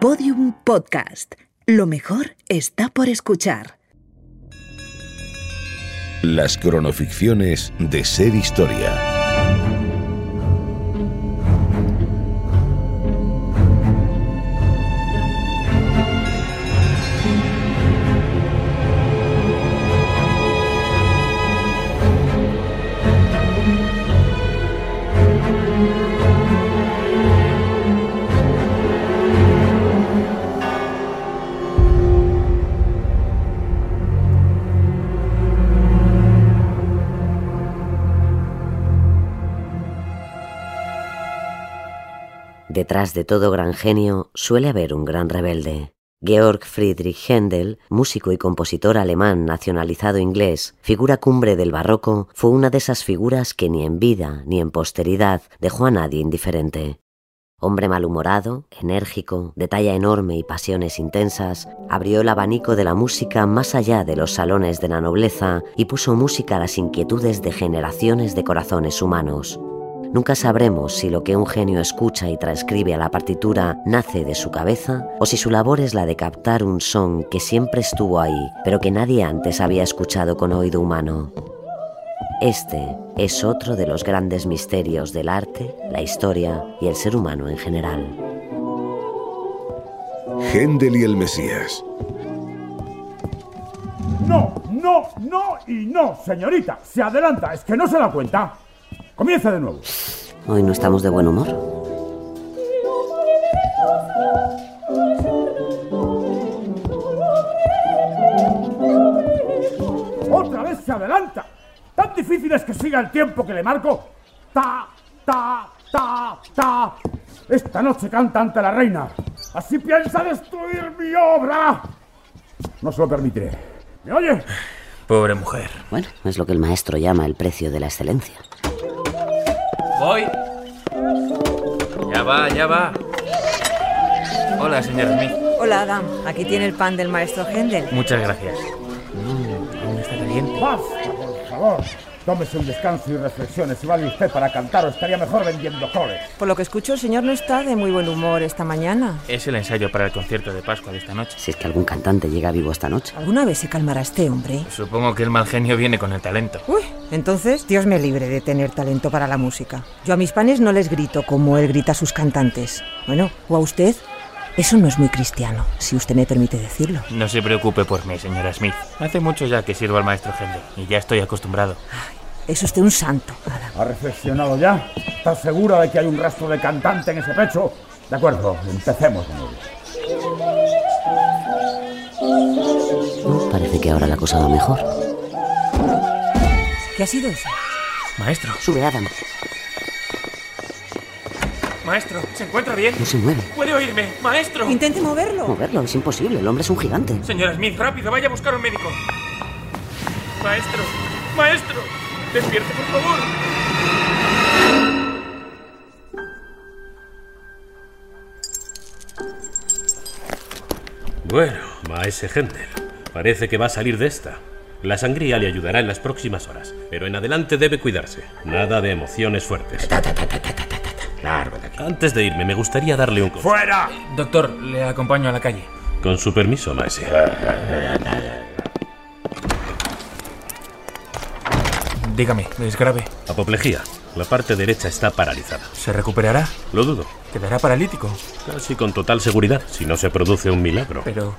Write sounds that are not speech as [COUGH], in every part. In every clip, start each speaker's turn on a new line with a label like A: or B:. A: Podium Podcast. Lo mejor está por escuchar.
B: Las cronoficciones de Ser Historia.
C: Detrás de todo gran genio suele haber un gran rebelde. Georg Friedrich Händel, músico y compositor alemán nacionalizado inglés, figura cumbre del barroco, fue una de esas figuras que ni en vida ni en posteridad dejó a nadie indiferente. Hombre malhumorado, enérgico, de talla enorme y pasiones intensas, abrió el abanico de la música más allá de los salones de la nobleza y puso música a las inquietudes de generaciones de corazones humanos. Nunca sabremos si lo que un genio escucha y transcribe a la partitura nace de su cabeza o si su labor es la de captar un son que siempre estuvo ahí, pero que nadie antes había escuchado con oído humano. Este es otro de los grandes misterios del arte, la historia y el ser humano en general.
B: Händel y el Mesías.
D: No, no, no y no, señorita. Se adelanta, es que no se da cuenta. Comienza de nuevo.
C: Hoy no estamos de buen humor.
D: Otra vez se adelanta. Tan difícil es que siga el tiempo que le marco. Ta, ta, ta, ta. Esta noche canta ante la reina. Así piensa destruir mi obra. No se lo permitiré. ¿Me oye?
E: Pobre mujer.
C: Bueno, es lo que el maestro llama el precio de la excelencia.
E: Voy. Ya va, ya va. Hola, señor Smith.
F: Hola Adam, aquí tiene el pan del maestro Händel.
E: Muchas gracias. Mm, aún está caliente.
D: Basta, por favor. Tómese un descanso y reflexione. Si vale usted para cantar, o estaría mejor vendiendo coles.
F: Por lo que escucho, el señor no está de muy buen humor esta mañana.
E: Es el ensayo para el concierto de Pascua de esta noche.
C: Si es que algún cantante llega vivo esta noche.
F: ¿Alguna vez se calmará este hombre?
E: Supongo que el mal genio viene con el talento.
F: Uy, entonces Dios me libre de tener talento para la música. Yo a mis panes no les grito como él grita a sus cantantes. Bueno, o a usted, eso no es muy cristiano, si usted me permite decirlo.
E: No se preocupe por mí, señora Smith. Hace mucho ya que sirvo al maestro Händel y ya estoy acostumbrado.
F: Es usted un santo, Adam.
D: ¿Ha reflexionado ya? ¿Estás segura de que hay un rastro de cantante en ese pecho? De acuerdo, empecemos de nuevo.
C: Mm, Parece que ahora la cosa va mejor.
F: ¿Qué ha sido eso?
E: Maestro,
C: Sube, Adam.
E: maestro, ¿se encuentra bien?
C: No se mueve.
E: ¿Puede oírme? ¡Maestro!
F: Intente moverlo.
C: Moverlo es imposible. El hombre es un gigante.
E: Señora Smith, rápido, vaya a buscar un médico. Maestro, maestro, despierte, por favor.
G: Bueno, maese Händel, parece que va a salir de esta. La sangría le ayudará en las próximas horas, pero en adelante debe cuidarse. Nada de emociones fuertes. Antes de irme, me gustaría darle un... co-
D: ¡Fuera!
E: Doctor, le acompaño a la calle.
G: Con su permiso, maese.
E: Dígame, ¿es grave?
G: Apoplejía. La parte derecha está paralizada.
E: ¿Se recuperará?
G: Lo dudo.
E: ¿Quedará paralítico?
G: Casi con total seguridad, si no se produce un milagro.
E: Pero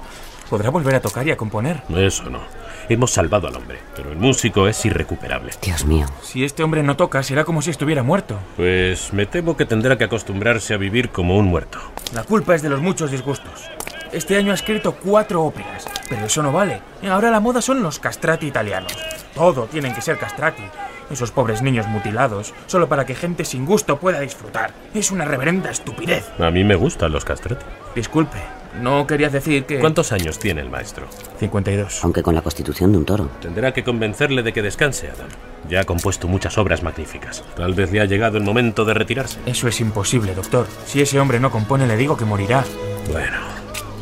E: podrá volver a tocar y a componer.
G: Eso no. Hemos salvado al hombre, pero el músico es irrecuperable.
C: Dios mío.
E: Si este hombre no toca, será como si estuviera muerto.
G: Pues me temo que tendrá que acostumbrarse a vivir como un muerto.
E: La culpa es de los muchos disgustos. Este año ha escrito cuatro óperas, pero eso no vale. Ahora la moda son los castrati italianos. Todo tienen que ser castrati. Esos pobres niños mutilados, solo para que gente sin gusto pueda disfrutar. Es una reverenda estupidez.
G: A mí me gustan los castretes.
E: Eh. Disculpe, no quería decir que...
G: ¿Cuántos años tiene el maestro?
E: 52.
C: Aunque con la constitución de un toro.
G: Tendrá que convencerle de que descanse, Adam. Ya ha compuesto muchas obras magníficas. Tal vez le ha llegado el momento de retirarse.
E: Eso es imposible, doctor. Si ese hombre no compone, le digo que morirá.
G: Bueno,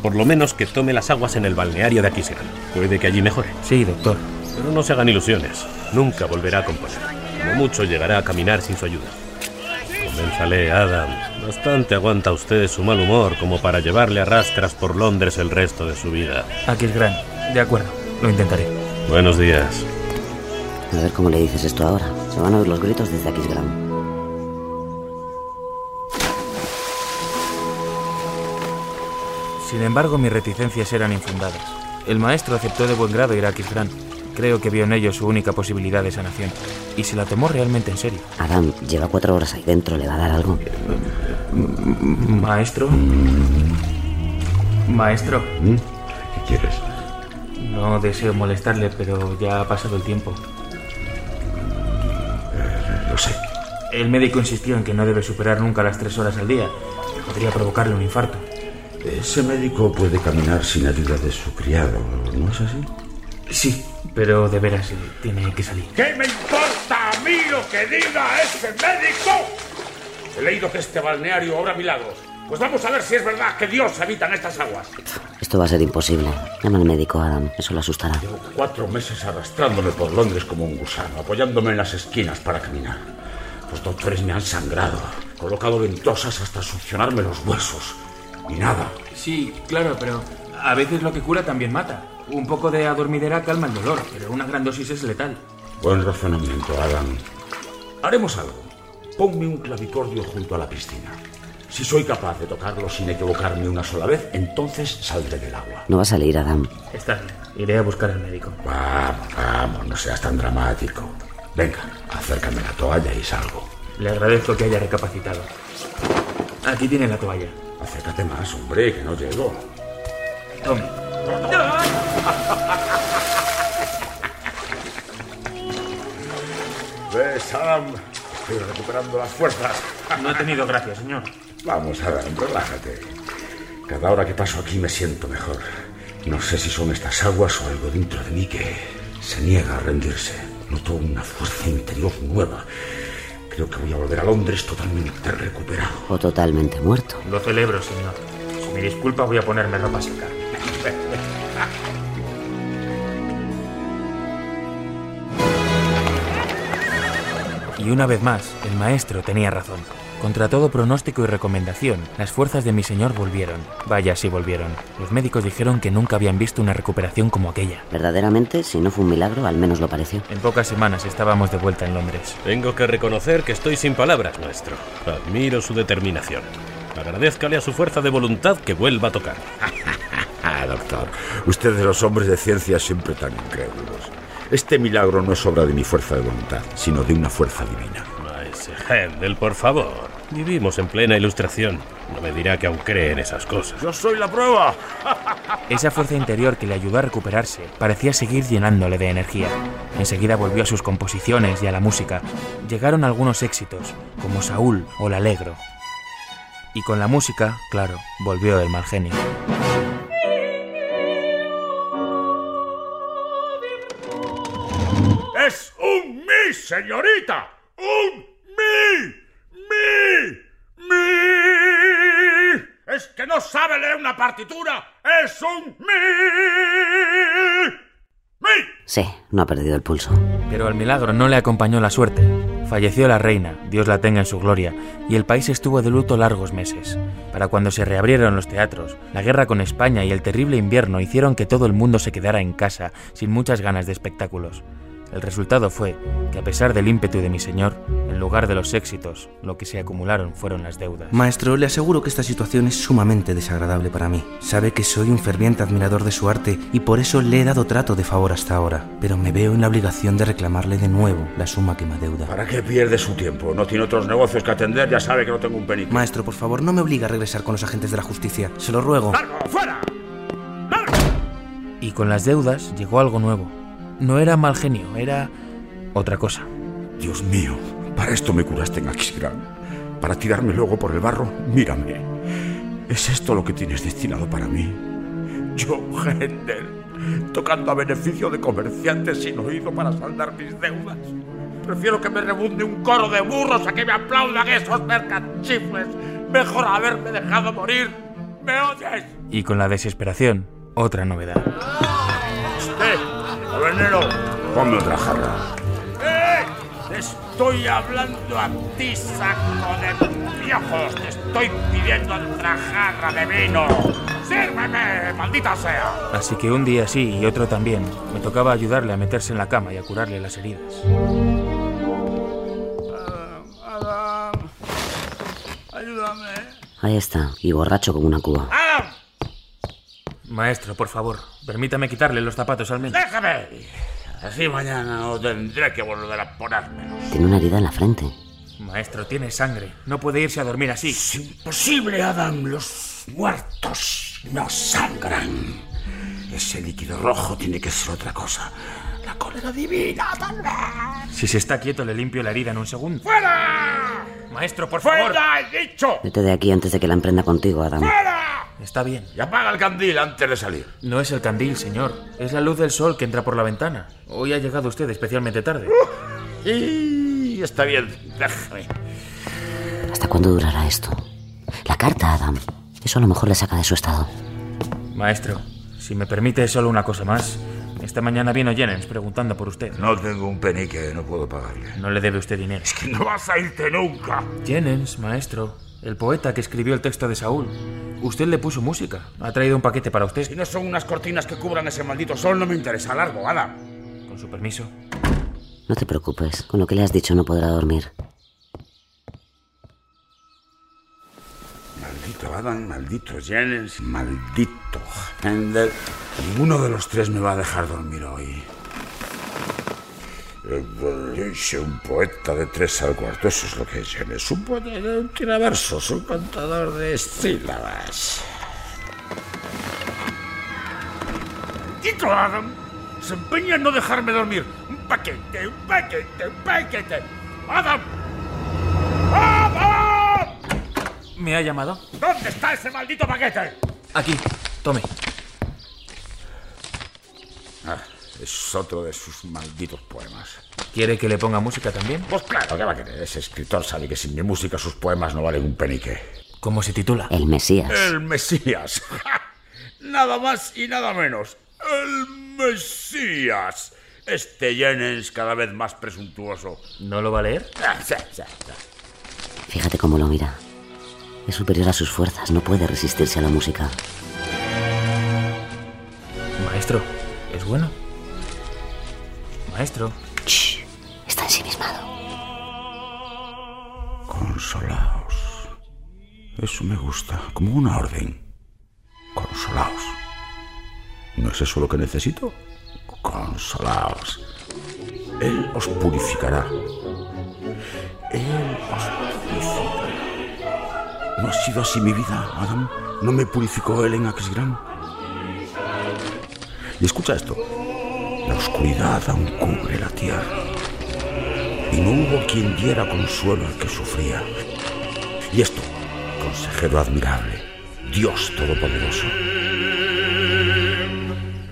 G: por lo menos que tome las aguas en el balneario de Aquisgrán. Puede que allí mejore.
E: Sí, doctor.
G: Pero no se hagan ilusiones. Nunca volverá a componer. Como mucho llegará a caminar sin su ayuda. Pensalé, Adam. Bastante aguanta usted su mal humor como para llevarle a rastras por Londres el resto de su vida.
E: Aquí es gran. De acuerdo, lo intentaré.
G: Buenos días.
C: A ver cómo le dices esto ahora. Se van a oír los gritos desde aquí, Graham.
E: Sin embargo, mis reticencias eran infundadas. El maestro aceptó de buen grado ir a Aquisgrán. Creo que vio en ello su única posibilidad de sanación. Y se la tomó realmente en serio.
C: Adam, lleva cuatro horas ahí dentro, le va a dar algo.
E: Maestro. Maestro.
B: ¿Qué quieres?
E: No deseo molestarle, pero ya ha pasado el tiempo.
B: Eh, Lo sé.
E: El médico insistió en que no debe superar nunca las tres horas al día. Podría provocarle un infarto.
B: Ese médico puede caminar sin ayuda de su criado, ¿no es así?
E: Sí, pero de veras eh, tiene que salir.
D: ¿Qué me importa a mí lo que diga ese médico? He leído que este balneario obra milagros. Pues vamos a ver si es verdad que Dios habita en estas aguas.
C: Esto va a ser imposible. Llama al médico, Adam. Eso lo asustará.
D: Llevo cuatro meses arrastrándome por Londres como un gusano, apoyándome en las esquinas para caminar. Los doctores me han sangrado, colocado ventosas hasta succionarme los huesos. Y nada.
E: Sí, claro, pero a veces lo que cura también mata. Un poco de adormidera calma el dolor, pero una gran dosis es letal.
B: Buen razonamiento, Adam.
D: Haremos algo. Ponme un clavicordio junto a la piscina. Si soy capaz de tocarlo sin equivocarme una sola vez, entonces saldré del agua.
C: No va a salir, Adam.
E: Está bien. Iré a buscar al médico.
B: Vamos, vamos, no seas tan dramático.
D: Venga, acércame la toalla y salgo.
E: Le agradezco que haya recapacitado. Aquí tiene la toalla.
D: Acércate más, hombre, que no llego.
E: Tome.
D: ¿Ves, Adam? Estoy recuperando las fuerzas.
E: No he tenido gracia, señor.
D: Vamos, Adam, relájate. Cada hora que paso aquí me siento mejor. No sé si son estas aguas o algo dentro de mí que se niega a rendirse. Noto una fuerza interior nueva. Creo que voy a volver a Londres totalmente recuperado.
C: O totalmente muerto.
E: Lo celebro, señor. Si me disculpa, voy a ponerme ropa seca. Y una vez más, el maestro tenía razón. Contra todo pronóstico y recomendación, las fuerzas de mi señor volvieron. Vaya si volvieron. Los médicos dijeron que nunca habían visto una recuperación como aquella.
C: Verdaderamente, si no fue un milagro, al menos lo pareció.
E: En pocas semanas estábamos de vuelta en Londres.
G: Tengo que reconocer que estoy sin palabras, maestro. Admiro su determinación. Agradezcale a su fuerza de voluntad que vuelva a tocar.
B: Ah, doctor, ustedes los hombres de ciencia siempre tan incrédulos. Este milagro no es obra de mi fuerza de voluntad, sino de una fuerza divina.
G: Maese Händel, por favor. Vivimos en plena ilustración. No me dirá que aún cree en esas cosas.
D: Yo soy la prueba.
E: Esa fuerza interior que le ayudó a recuperarse parecía seguir llenándole de energía. Enseguida volvió a sus composiciones y a la música. Llegaron algunos éxitos, como Saúl o La Alegro. Y con la música, claro, volvió el mal genio.
D: Es un mi, señorita. Un mi. Mi. Mi. Es que no sabe leer una partitura. Es un mi. Mi.
C: Sí, no ha perdido el pulso.
E: Pero al milagro no le acompañó la suerte. Falleció la reina, Dios la tenga en su gloria, y el país estuvo de luto largos meses. Para cuando se reabrieron los teatros, la guerra con España y el terrible invierno hicieron que todo el mundo se quedara en casa, sin muchas ganas de espectáculos. El resultado fue que a pesar del ímpetu de mi señor, en lugar de los éxitos, lo que se acumularon fueron las deudas.
H: Maestro, le aseguro que esta situación es sumamente desagradable para mí. Sabe que soy un ferviente admirador de su arte y por eso le he dado trato de favor hasta ahora, pero me veo en la obligación de reclamarle de nuevo la suma que me adeuda.
D: ¿Para qué pierde su tiempo? No tiene otros negocios que atender, ya sabe que no tengo un penique.
H: Maestro, por favor, no me obliga a regresar con los agentes de la justicia. Se lo ruego.
D: ¡Largo! ¡Fuera! ¡Largo!
E: Y con las deudas llegó algo nuevo. No era mal genio, era otra cosa.
B: Dios mío, para esto me curaste en Aquisgrán. Para tirarme luego por el barro, mírame. ¿Es esto lo que tienes destinado para mí?
D: Yo, Händel, tocando a beneficio de comerciantes sin oído para saldar mis deudas. Prefiero que me rebunde un coro de burros a que me aplaudan esos mercachifles. Mejor haberme dejado morir. ¿Me oyes?
E: Y con la desesperación, otra novedad.
D: ¡Eh! ¡Tabernero!
B: Ponme otra jarra.
D: ¡Eh!
I: Te estoy hablando a ti, saco de viejos. Te estoy pidiendo otra jarra de vino. ¡Sírveme, maldita sea!
E: Así que un día sí y otro también, me tocaba ayudarle a meterse en la cama y a curarle las heridas.
I: Adam, ayúdame.
C: Ahí está, y borracho como una cuba.
I: ¡Adam!
E: Maestro, por favor, permítame quitarle los zapatos al menos.
I: ¡Déjame! Así mañana no tendré que volver a ponérmelo.
C: Tiene una herida en la frente.
E: Maestro, tiene sangre. No puede irse a dormir así.
I: Es imposible, Adam. Los muertos no sangran. Ese líquido rojo tiene que ser otra cosa. La cólera divina, tal vez.
E: Si se está quieto, le limpio la herida en un segundo.
I: ¡Fuera!
E: Maestro, por favor.
I: ¡Fuera, he dicho!
C: Vete de aquí antes de que la emprenda contigo, Adam.
I: ¡Fuera!
E: Está bien.
D: Y apaga el candil antes de salir.
E: No es el candil, señor. Es la luz del sol que entra por la ventana. Hoy ha llegado usted especialmente tarde.
D: Y está bien, déjame.
C: ¿Hasta cuándo durará esto? La carta, Adam. Eso a lo mejor le saca de su estado.
E: Maestro, si me permite solo una cosa más. Esta mañana vino Jennings preguntando por usted.
D: No tengo un penique, no puedo pagarle.
E: No le debe usted dinero.
D: No vas a irte nunca.
E: Jennings, maestro, el poeta que escribió el texto de Saúl. Usted le puso música. Ha traído un paquete para
D: Si
E: usted.
D: no son unas cortinas que cubran ese maldito sol, no me interesa largo, Adam.
E: Con su permiso.
C: No te preocupes, con lo que le has dicho no podrá dormir.
D: Maldito Adam, maldito Jennings, maldito Handel. Ninguno de los tres me va a dejar dormir hoy. Eh, eh, Hice un poeta de tres al cuarto, eso es lo que es Jennings. Un poeta de un tiraversos, un contador de sílabas.
I: ¡Maldito Adam! Se empeña en no dejarme dormir. Un paquete, un paquete, un paquete. ¡Adam! ¡Adam!
E: ¿Me ha llamado?
I: ¿Dónde está ese maldito paquete?
E: Aquí. Tome.
D: Ah, es otro de sus malditos poemas.
E: ¿Quiere que le ponga música también?
D: Pues claro, ¿qué va a querer? Ese escritor sabe que sin mi música sus poemas no valen un penique.
E: ¿Cómo se titula?
C: El Mesías.
D: El Mesías. [LAUGHS] nada más y nada menos. El Mesías. Este Jennings cada vez más presuntuoso.
E: ¿No lo va a leer?
D: Ah, sí, sí, sí.
C: Fíjate cómo lo mira. Es superior a sus fuerzas, no puede resistirse a la música.
E: Maestro, ¿es bueno? Maestro,
C: Shh, está ensimismado.
D: Consolaos. Eso me gusta, como una orden. Consolaos. ¿No es eso lo que necesito? Consolaos. Él os purificará. Él os purificará. ¿No ha sido así mi vida, Adam? ¿No me purificó él en Axgram? Y escucha esto. La oscuridad aún cubre la tierra. Y no hubo quien diera consuelo al que sufría. Y esto, consejero admirable, Dios Todopoderoso.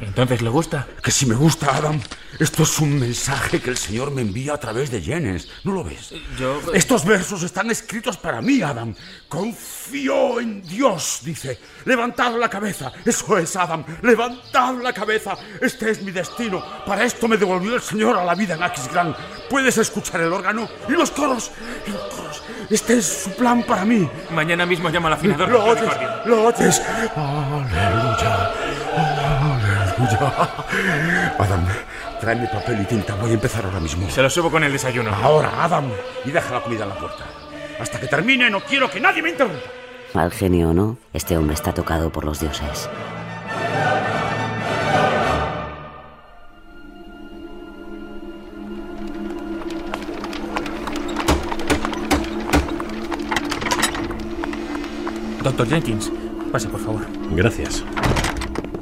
E: ¿entonces le gusta?
D: Que si me gusta, Adam, esto es un mensaje que el Señor me envía a través de Jennings. ¿No lo ves?
E: yo-
D: Estos versos están escritos para mí, Adam. Confío en Dios, dice. Levantad la cabeza. Eso es, Adam. Levantad la cabeza. Este es mi destino. Para esto me devolvió el Señor a la vida en Aquisgrán. Puedes escuchar el órgano y los coros. Y los coros. Este es su plan para mí.
E: Mañana mismo llama al afinador.
D: Lo oyes, lo oyes. Aleluya, aleluya. Adam, tráeme papel y tinta. Voy a empezar ahora mismo.
E: Se lo subo con el desayuno.
D: Ahora, Adam. Y deja la comida en la puerta. Hasta que termine, no quiero que nadie me interrumpa.
C: Mal genio o no, este hombre está tocado por los dioses.
E: Doctor Jenkins, pase por favor.
G: Gracias.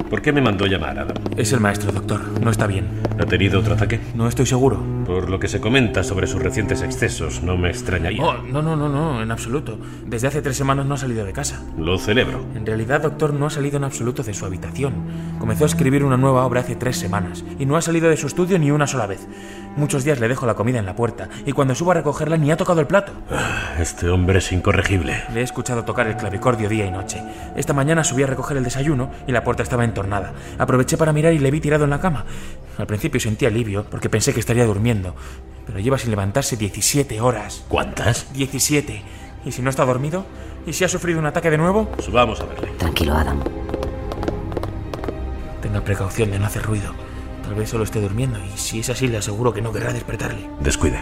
G: ¿Por qué me mandó llamar, Adam?
E: Es el maestro, doctor. No está bien.
G: ¿Ha tenido otro ataque?
E: No estoy seguro.
G: Por lo que se comenta sobre sus recientes excesos, no me extrañaría.
E: Oh, no, no, no, no, en absoluto. Desde hace tres semanas no ha salido de casa.
G: Lo celebro.
E: En realidad, doctor, no ha salido en absoluto de su habitación. Comenzó a escribir una nueva obra hace tres semanas y no ha salido de su estudio ni una sola vez. Muchos días le dejo la comida en la puerta y cuando subo a recogerla ni ha tocado el plato.
G: Este hombre es incorregible.
E: Le he escuchado tocar el clavicordio día y noche. Esta mañana subí a recoger el desayuno y la puerta estaba entornada. Aproveché para mirar y le vi tirado en la cama. Al principio sentí alivio porque pensé que estaría durmiendo, pero lleva sin levantarse 17 horas.
G: ¿Cuántas?
E: 17. ¿Y si no está dormido? ¿Y si ha sufrido un ataque de nuevo?
G: Subamos Pues a verle.
C: Tranquilo, Adam.
E: Tenga precaución de no hacer ruido. Tal vez solo esté durmiendo y si es así le aseguro que no querrá despertarle.
G: Descuide.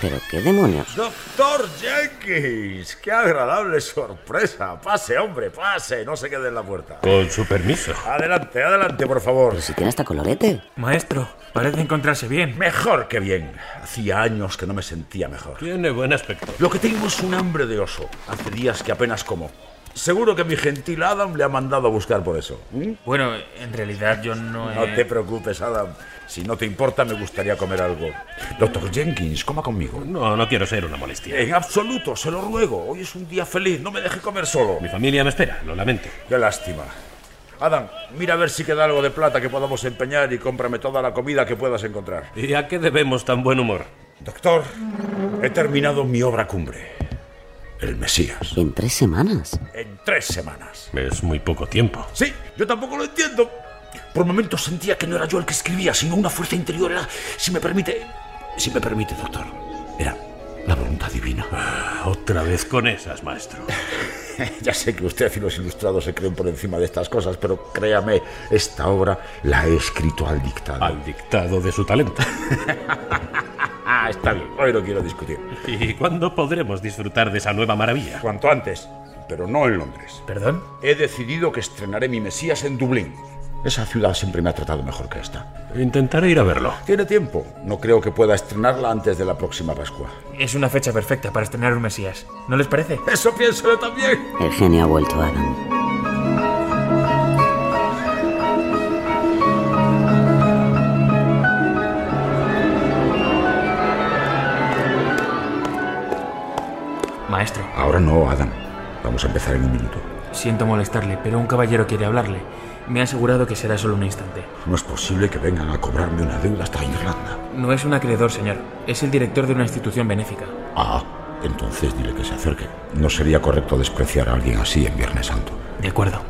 C: Pero qué demonios.
D: Doctor Jenkins, qué agradable sorpresa. Pase, hombre, pase, no se quede en la puerta.
G: Con su permiso.
D: Adelante, adelante, por favor.
C: Pero si tiene hasta colorete.
E: Maestro, parece encontrarse bien.
D: Mejor que bien. Hacía años que no me sentía mejor.
G: Tiene buen aspecto.
D: Lo que tengo es un hambre de oso. Hace días que apenas como. Seguro que mi gentil Adam le ha mandado a buscar por eso.
E: Bueno, en realidad yo no
D: No
E: he...
D: te preocupes, Adam. Si no te importa, me gustaría comer algo. Doctor Jenkins, coma conmigo.
G: No, no quiero ser una molestia.
D: En absoluto, se lo ruego. Hoy es un día feliz, no me deje comer solo.
G: Mi familia me espera, lo lamento.
D: Qué lástima. Adam, mira a ver si queda algo de plata que podamos empeñar y cómprame toda la comida que puedas encontrar.
G: ¿Y a qué debemos tan buen humor?
D: Doctor, he terminado mi obra cumbre. El Mesías.
C: En tres semanas.
D: En tres semanas.
G: Es muy poco tiempo.
D: Sí, yo tampoco lo entiendo. Por momentos sentía que no era yo el que escribía, sino una fuerza interior. Era, si me permite, si me permite, doctor, era la voluntad divina.
G: Ah, Otra vez con esas, maestro.
D: Ya sé que usted y los ilustrados se creen por encima de estas cosas, pero créame, esta obra la he escrito al dictado.
G: Al dictado de su talento.
D: Ah, está bien, hoy no quiero discutir.
G: [LAUGHS] ¿Y cuándo podremos disfrutar de esa nueva maravilla?
D: Cuanto antes, pero no en Londres.
E: ¿Perdón?
D: He decidido que estrenaré mi Mesías en Dublín. Esa ciudad siempre me ha tratado mejor que esta.
G: Intentaré ir a verlo.
D: Tiene tiempo. No creo que pueda estrenarla antes de la próxima Pascua.
E: Es una fecha perfecta para estrenar un Mesías. ¿No les parece?
D: Eso pienso yo también.
C: El genio ha vuelto, Adam.
E: Maestro,
D: Ahora no, Adam. Vamos a empezar en un minuto.
E: siento molestarle, pero un caballero quiere hablarle. Me ha asegurado que será solo un instante.
D: No es posible que vengan a cobrarme una deuda hasta Irlanda.
E: No es un acreedor, señor. Es el director de una institución benéfica.
D: Ah, entonces dile que se acerque. No sería correcto despreciar a alguien así en Viernes Santo.
E: De acuerdo.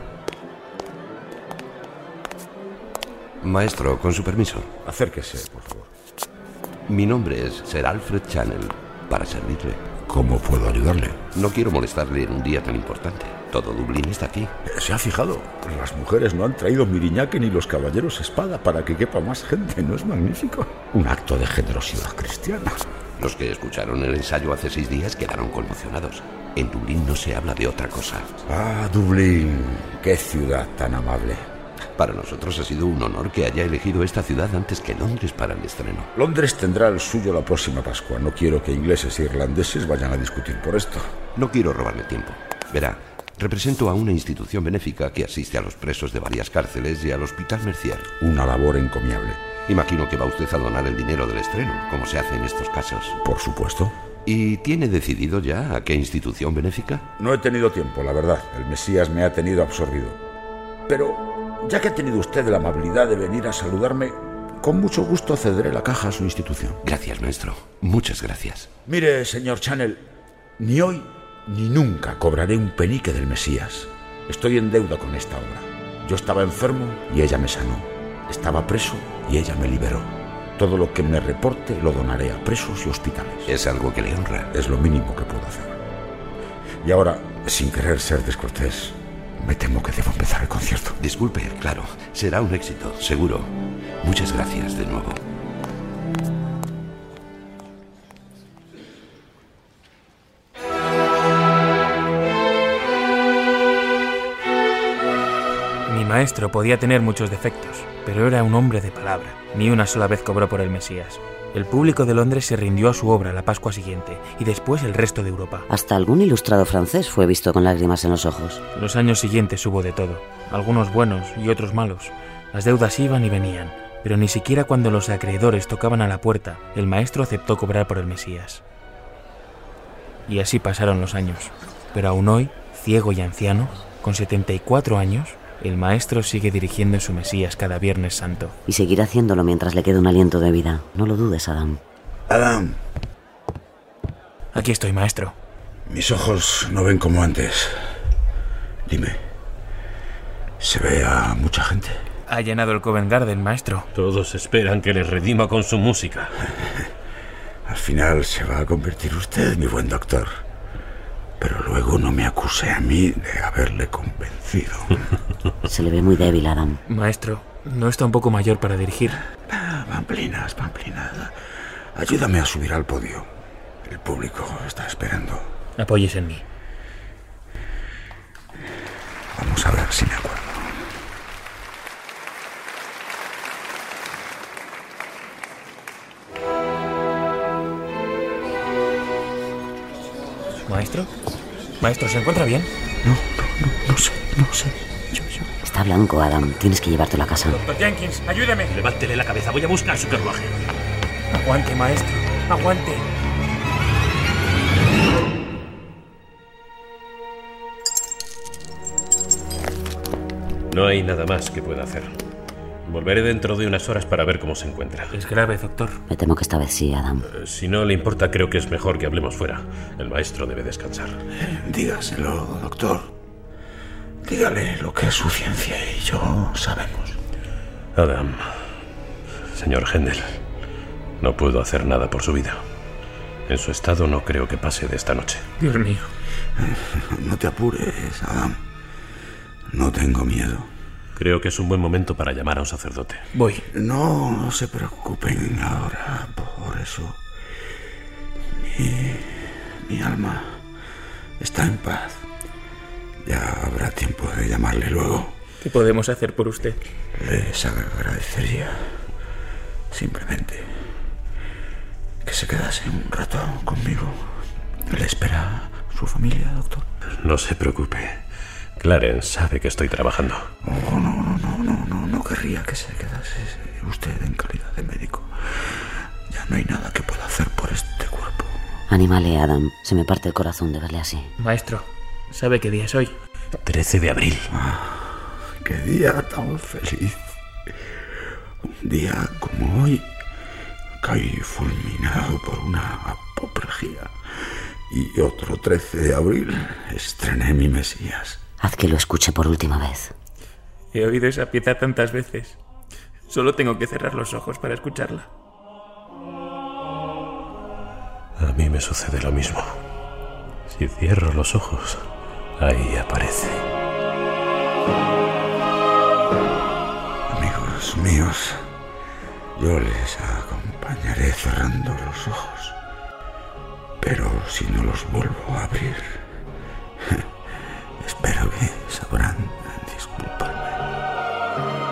J: Maestro, con su permiso.
D: Acérquese, por favor.
J: Mi nombre es Sir Alfred Channel, para servirle.
D: ¿Cómo puedo ayudarle?
J: No quiero molestarle en un día tan importante. Todo Dublín está aquí.
D: ¿Se ha fijado? Las mujeres no han traído miriñaque ni los caballeros espada para que quepa más gente. ¿No es magnífico? Un acto de generosidad cristiana.
J: Los que escucharon el ensayo hace seis días quedaron conmocionados. En Dublín no se habla de otra cosa.
D: Ah, Dublín. Qué ciudad tan amable.
J: Para nosotros ha sido un honor que haya elegido esta ciudad antes que Londres para el estreno.
D: Londres tendrá el suyo la próxima Pascua. No quiero que ingleses e irlandeses vayan a discutir por esto.
J: No quiero robarme tiempo. Verá, represento a una institución benéfica que asiste a los presos de varias cárceles y al Hospital Mercier.
D: Una labor encomiable.
J: Imagino que va usted a donar el dinero del estreno, como se hace en estos casos.
D: Por supuesto.
J: ¿Y tiene decidido ya a qué institución benéfica?
D: No he tenido tiempo, la verdad. El Mesías me ha tenido absorbido. Pero, ya que ha tenido usted la amabilidad de venir a saludarme, con mucho gusto cederé la caja a su institución.
J: Gracias, maestro. Muchas gracias.
D: Mire, señor Chanel, ni hoy ni nunca cobraré un penique del Mesías. Estoy en deuda con esta obra. Yo estaba enfermo y ella me sanó. Estaba preso y ella me liberó. Todo lo que me reporte lo donaré a presos y hospitales.
J: Es algo que le honra.
D: Es lo mínimo que puedo hacer. Y ahora, sin querer ser descortés, me temo que debo empezar el concierto.
J: Disculpe, claro. Será un éxito, seguro. Muchas gracias de nuevo.
E: Mi maestro podía tener muchos defectos, pero era un hombre de palabra. Ni una sola vez cobró por el Mesías. El público de Londres se rindió a su obra la Pascua siguiente y después el resto de Europa.
C: Hasta algún ilustrado francés fue visto con lágrimas en los ojos.
E: Los años siguientes hubo de todo, algunos buenos y otros malos. Las deudas iban y venían, pero ni siquiera cuando los acreedores tocaban a la puerta, el maestro aceptó cobrar por el Mesías. Y así pasaron los años, pero aún hoy, ciego y anciano, con 74 años, el maestro sigue dirigiendo su Mesías cada Viernes Santo.
C: Y seguirá haciéndolo mientras le quede un aliento de vida. No lo dudes, Adam.
D: Adam,
E: Aquí estoy, maestro.
D: mis ojos no ven como antes. Dime, ¿se ve a mucha gente?
E: Ha llenado el Covent Garden, maestro.
G: Todos esperan que les redima con su música.
D: Al final se va a convertir usted, mi buen doctor. Pero luego no me acuse a mí de haberle convencido.
C: Se le ve muy débil, Adam.
E: Maestro, ¿no está un poco mayor para dirigir?
D: [LAUGHS] Pamplinas, pamplinas. Ayúdame a subir al podio. El público está esperando.
E: Apoyes en mí.
D: Vamos a ver si me acuerdo.
E: ¿Maestro? ¿Maestro, se encuentra bien?
D: No sé, no sé.
C: Está blanco, Adam. Tienes que llevártelo a casa.
E: Doctor Jenkins, ayúdeme.
G: Levántele la cabeza, voy a buscar su carruaje.
E: Aguante, maestro. Aguante.
G: No hay nada más que pueda hacer. Volveré dentro de unas horas para ver cómo se encuentra.
E: Es grave, doctor.
C: Me temo que esta vez sí, Adam.
G: Si no le importa, creo que es mejor que hablemos fuera. El maestro debe descansar.
D: Dígaselo, doctor. Dígale lo que su ciencia y yo sabemos.
G: Adam, señor Hendel, no puedo hacer nada por su vida. En su estado no creo que pase de esta noche.
E: Dios mío.
D: [LAUGHS] No te apures, Adam. No tengo miedo.
G: Creo que es un buen momento para llamar a un sacerdote.
E: Voy.
D: No, no se preocupen ahora por eso. Mi, mi alma está en paz. Ya habrá tiempo de llamarle luego.
E: ¿Qué podemos hacer por usted?
D: Les agradecería simplemente que se quedase un rato conmigo. Le espera su familia, doctor.
G: No se preocupe. Clarence sabe que estoy trabajando.
D: Oh, no, no, no, no, no, no querría que se quedase usted en calidad de médico. Ya no hay nada que pueda hacer por este cuerpo.
C: Anímale, Adam. Se me parte el corazón de verle así.
E: Maestro, ¿sabe qué día es hoy?
G: 13 de abril.
D: Qué día tan feliz. Un día como hoy caí fulminado por una apoplejía. Y otro 13 de abril estrené mi Mesías.
C: Haz que lo escuche por última vez.
E: He oído esa pieza tantas veces. Solo tengo que cerrar los ojos para escucharla.
G: A mí me sucede lo mismo. Si cierro los ojos, ahí aparece.
D: Amigos míos, yo les acompañaré cerrando los ojos. Pero si no los vuelvo a abrir, [LAUGHS] espero que sabrán disculparme.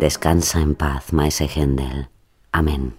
C: Descansa en paz, Maese Hendel. Amén.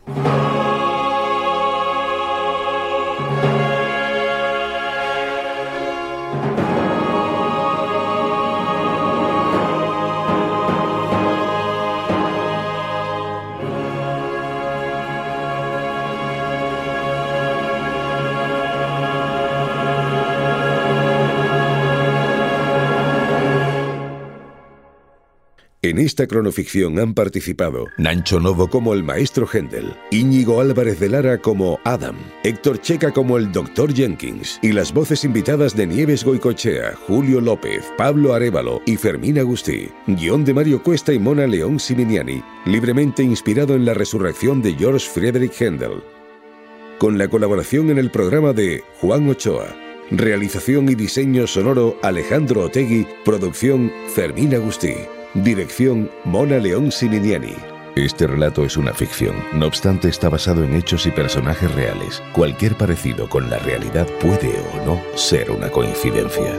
B: En esta cronoficción han participado Nancho Novo como el maestro Hendel, Íñigo Álvarez de Lara como Adam, Héctor Checa como el doctor Jenkins y las voces invitadas de Nieves Goicochea, Julio López, Pablo Arevalo y Fermín Agustí. Guión de Mario Cuesta y Mona León Siminiani, libremente inspirado en la resurrección de George Frederick Hendel. Con la colaboración en el programa de Juan Ochoa. Realización y diseño sonoro Alejandro Otegui, producción Fermín Agustí. Dirección Mona León Siminiani. Este relato es una ficción, no obstante está basado en hechos y personajes reales. Cualquier parecido con la realidad puede o no ser una coincidencia.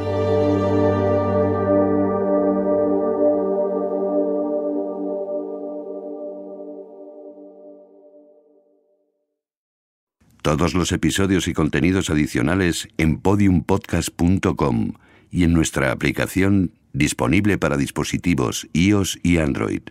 J: Todos los episodios y contenidos adicionales en podiumpodcast.com y en nuestra aplicación disponible para dispositivos iOS y Android.